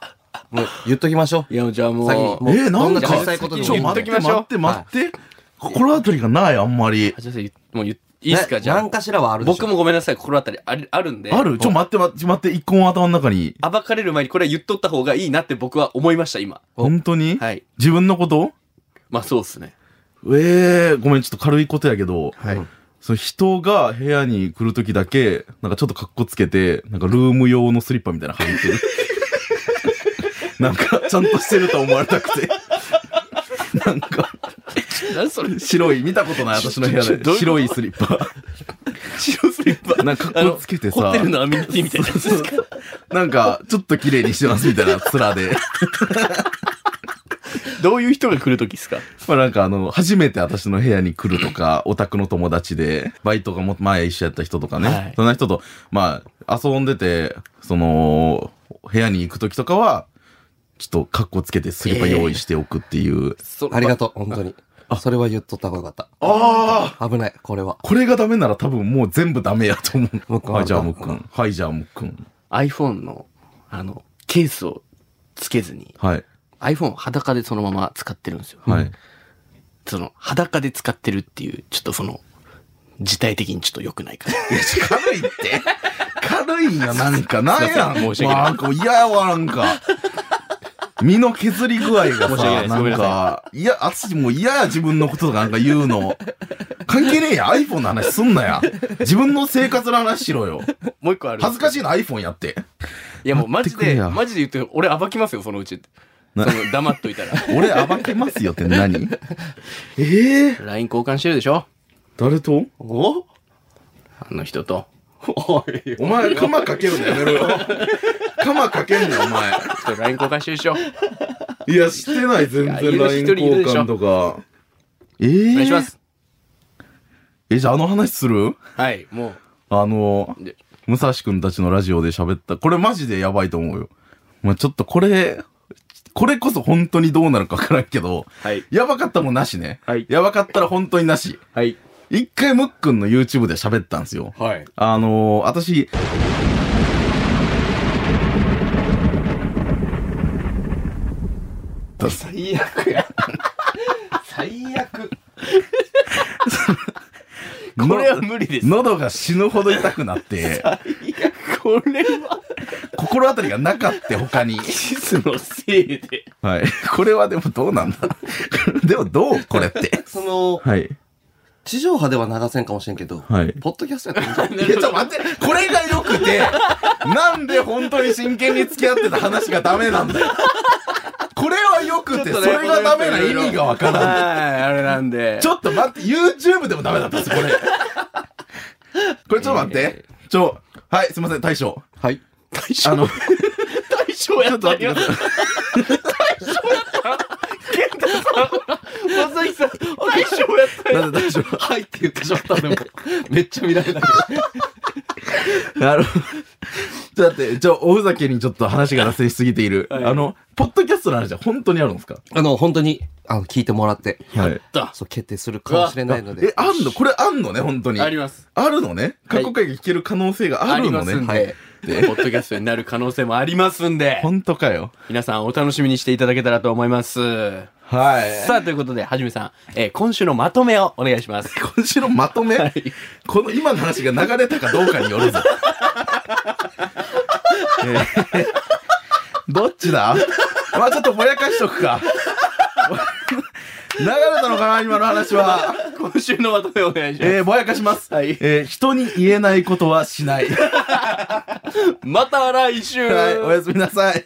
[SPEAKER 1] もう言っときましょう。
[SPEAKER 3] いや、じゃあ
[SPEAKER 1] 先に
[SPEAKER 3] もう
[SPEAKER 1] も。う
[SPEAKER 2] えーなんだ
[SPEAKER 1] ど
[SPEAKER 2] か
[SPEAKER 1] 小さいことで
[SPEAKER 2] ちょ
[SPEAKER 1] も
[SPEAKER 3] 言っ
[SPEAKER 2] 待
[SPEAKER 3] と
[SPEAKER 2] っ
[SPEAKER 3] き
[SPEAKER 2] て
[SPEAKER 3] ましょう
[SPEAKER 2] 待って待って心当たりがないあんまり
[SPEAKER 3] あじゃあ言っもう言っいいっすか、
[SPEAKER 1] ね
[SPEAKER 3] じゃ
[SPEAKER 1] 何
[SPEAKER 3] あ。
[SPEAKER 1] かしらはあるでしょ
[SPEAKER 3] 僕もごめんなさい、心当たりあるあるんで。
[SPEAKER 2] あるちょ待って待って待って一個も頭の中に
[SPEAKER 3] 暴かれる前にこれは言っとった方がいいなって僕は思いました、今。
[SPEAKER 2] 本当に
[SPEAKER 3] はい。
[SPEAKER 2] 自分のこと
[SPEAKER 3] まあそうっすね。
[SPEAKER 2] ええごめんちょっと軽いことやけど
[SPEAKER 3] はい。
[SPEAKER 2] その人が部屋に来るときだけなんかちょっと格好つけてなんかルーム用のスリッパみたいなの履いて るなんかちゃんとしてると思われたくてなんか
[SPEAKER 3] 何それ
[SPEAKER 2] 白い見たことない私の部屋
[SPEAKER 3] ちょちょどういうこと
[SPEAKER 2] で白いスリッパ
[SPEAKER 3] 白スリッ パ。
[SPEAKER 2] なんか格好つけてさ
[SPEAKER 3] あのホテルのアメニティみたいなやつですか
[SPEAKER 2] なんかちょっと綺麗にしてますみたいな面で
[SPEAKER 3] どういう人が来るときですか
[SPEAKER 2] まあなんかあの、初めて私の部屋に来ると か、オタクの友達で、バイトがも前一緒やった人とかね、
[SPEAKER 3] はい
[SPEAKER 2] そんな人と、まあ、遊んでて、その、部屋に行く時とかは、ちょっとカッコつけてスリッパ用意しておくっていう。
[SPEAKER 1] ありが
[SPEAKER 3] と
[SPEAKER 1] とう、本当に。それは言っとった方がよかっ
[SPEAKER 2] ああ
[SPEAKER 1] た。危ない、これは。
[SPEAKER 2] これがダメなら多分もう全部ダメやと思う。
[SPEAKER 1] もう一個
[SPEAKER 2] はい、じゃあ
[SPEAKER 1] も
[SPEAKER 2] も
[SPEAKER 1] う
[SPEAKER 2] っ
[SPEAKER 1] 一個
[SPEAKER 2] くん。はい、じゃあもっくん。
[SPEAKER 3] う。iPhone の、あの、ケースをつけずに、
[SPEAKER 2] はい。
[SPEAKER 3] iPhone を裸でそのまま使ってるんですよ。
[SPEAKER 2] はい。
[SPEAKER 3] その、裸で使ってるっていう、ちょっとその、事態的にちょっと良くないかな。
[SPEAKER 2] 軽いって。軽いんや、なんか。なんやん。
[SPEAKER 3] すいません申し訳ない
[SPEAKER 2] なんか嫌やわ、なんか。身の削り具合が
[SPEAKER 3] 申し訳ない
[SPEAKER 2] さ、
[SPEAKER 3] です
[SPEAKER 2] な
[SPEAKER 3] ごめんな
[SPEAKER 2] んか、いや、あつしもう嫌や、自分のこととかなんか言うの。関係ねえや、iPhone の話すんなや。自分の生活の話しろよ。
[SPEAKER 3] もう一個ある。
[SPEAKER 2] 恥ずか
[SPEAKER 3] し
[SPEAKER 2] しいな、iPhone やって。
[SPEAKER 3] い。いやもうマジ
[SPEAKER 2] 待
[SPEAKER 3] で、
[SPEAKER 2] ってくれや
[SPEAKER 3] マジで言って、俺暴きますよ、そのうち。そ
[SPEAKER 2] な
[SPEAKER 3] の、黙っといたら。
[SPEAKER 2] 俺暴けますよって何ええ
[SPEAKER 3] LINE 交換してるでしょ
[SPEAKER 2] 誰と
[SPEAKER 1] お
[SPEAKER 3] あの人と。
[SPEAKER 1] おい。
[SPEAKER 2] お前、カマかけるのやめろよ。カマかけんな、お前。
[SPEAKER 3] ちょっと LINE 交換してるでしょ
[SPEAKER 2] いや、してない、全
[SPEAKER 3] いやいる
[SPEAKER 2] 然 LINE
[SPEAKER 3] 一人いるで
[SPEAKER 2] 交
[SPEAKER 3] しょ
[SPEAKER 2] 換とか。ええ
[SPEAKER 3] お願いします。
[SPEAKER 2] え、じゃああの話する
[SPEAKER 3] はい、も
[SPEAKER 2] あの
[SPEAKER 3] う。、で
[SPEAKER 2] 武蔵くんたちのラジオで喋った。これマジでやばいと思うよ。まあ、ちょっとこれ、これこそ本当にどうなるかわからんけど、
[SPEAKER 3] はい。
[SPEAKER 2] やばかったもんなしね。
[SPEAKER 3] はい
[SPEAKER 2] やばかったら本当になし。
[SPEAKER 3] はい。
[SPEAKER 2] 一回ムックンの YouTube で喋ったんですよ。
[SPEAKER 1] はい。
[SPEAKER 2] あのー、私、
[SPEAKER 1] 最悪や。最悪。
[SPEAKER 3] これは無理です。
[SPEAKER 2] 喉が死ぬほど痛く なって、
[SPEAKER 3] いや、これは、
[SPEAKER 2] 心当たりがなかった他に。
[SPEAKER 3] キスのせいで。
[SPEAKER 2] はい。これはでもどうなんだ でもどうこれって。
[SPEAKER 1] その、
[SPEAKER 2] はい。
[SPEAKER 1] 地上波では流せんかもしれんけど、
[SPEAKER 2] はい
[SPEAKER 1] ポッドキャストやったらいいん
[SPEAKER 2] いや、ちょっと待って、これが良くて、なんで本当に真剣に付き合ってた話がダメなんだよ。これは良くて、それがダメな意味がわからん。
[SPEAKER 3] はい、あれなんで。
[SPEAKER 2] ちょっと待って、YouTube でもダメだったんですよ、こ れ。これちょっと待って。ちょ、はい、すいません、大将。
[SPEAKER 1] じゃんはい。
[SPEAKER 3] 大
[SPEAKER 2] あの、
[SPEAKER 3] 将、
[SPEAKER 2] ち
[SPEAKER 3] 大将や
[SPEAKER 2] ょ
[SPEAKER 3] っ
[SPEAKER 2] っと
[SPEAKER 3] た
[SPEAKER 2] 待って
[SPEAKER 3] よ
[SPEAKER 2] く。ださい。
[SPEAKER 3] 健太さん、まさきさん、大将やったよ。
[SPEAKER 2] なんで大将
[SPEAKER 1] はいって言ってしまったのも、めっちゃ見られたけど。
[SPEAKER 2] なるほど。ちょっと待って、ちょ、おふざけにちょっと話が脱線しすぎている。
[SPEAKER 3] はい
[SPEAKER 2] あの、ポッドキャストの話は本当にあるんですか
[SPEAKER 1] あの、本当に、あの、聞いてもらって、
[SPEAKER 2] はい。
[SPEAKER 3] だ
[SPEAKER 1] そう、決定するかもしれないので。
[SPEAKER 2] え、あんのこれあんのね、本当に。
[SPEAKER 3] あります。
[SPEAKER 2] あるのね。
[SPEAKER 3] は
[SPEAKER 2] 過
[SPEAKER 3] い
[SPEAKER 2] 去回が聞ける可能性があるのね。
[SPEAKER 3] あります
[SPEAKER 1] はい。
[SPEAKER 3] ポッドキャストになる可能性もありますんで、
[SPEAKER 2] 本当かよ。
[SPEAKER 3] 皆さんお楽しみにしていただけたらと思います。
[SPEAKER 2] はい。
[SPEAKER 3] さあ、ということで、はじめさん、えー今週のまとめをお願いします。
[SPEAKER 2] 今週のまとめ、この今の話が流れたかどうかによるぞ。えーどっちだまあちょっとぼやかしとく か。流れたのかな今の話は。
[SPEAKER 3] 今週のまとめをお願いします。
[SPEAKER 2] えーぼやかします。
[SPEAKER 3] はい
[SPEAKER 2] えー人に言えないことはしない。は
[SPEAKER 3] また来週
[SPEAKER 2] い、おやすみなさい。